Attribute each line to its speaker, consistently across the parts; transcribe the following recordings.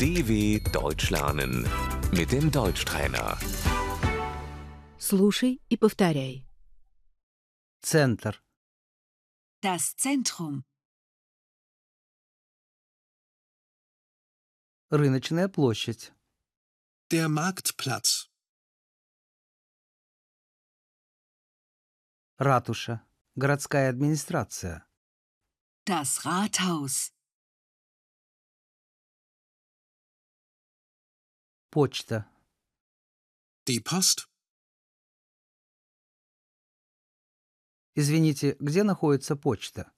Speaker 1: DW Deutsch lernen mit dem Deutschtrainer.
Speaker 2: Слушай и повторяй.
Speaker 3: Центр.
Speaker 4: Das Zentrum.
Speaker 3: Рыночная площадь.
Speaker 5: Der Marktplatz.
Speaker 3: Ратуша. Городская администрация.
Speaker 4: Das Rathaus.
Speaker 3: Почта.
Speaker 5: Die Post.
Speaker 3: Извините, где находится почта?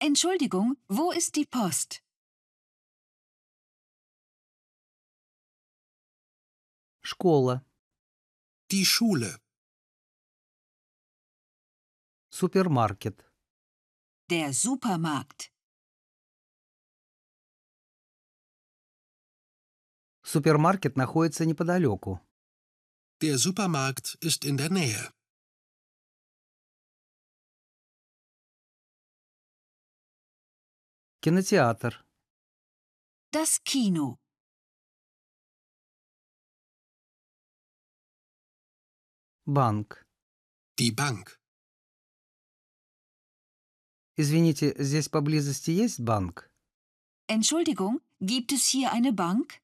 Speaker 4: Entschuldigung, wo ist die Post?
Speaker 3: Школа.
Speaker 5: Die Schule.
Speaker 3: Супермаркет.
Speaker 4: Der Supermarkt.
Speaker 3: Супермаркет находится неподалеку.
Speaker 5: Der Supermarkt ist in der Nähe.
Speaker 3: Кинотеатр.
Speaker 4: Das Kino.
Speaker 3: Банк.
Speaker 5: Die Bank.
Speaker 3: Извините, здесь поблизости есть банк?
Speaker 4: Entschuldigung, gibt es hier eine Bank?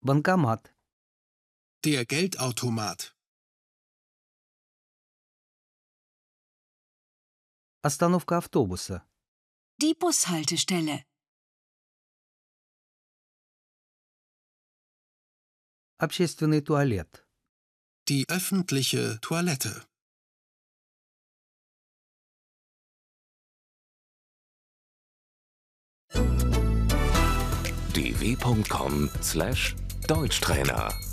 Speaker 3: Банкомат.
Speaker 5: Der Geldautomat.
Speaker 3: Остановка автобуса.
Speaker 4: Die Bushaltestelle.
Speaker 3: Общественный туалет.
Speaker 5: Die öffentliche Toilette.
Speaker 1: dw.com/deutschtrainer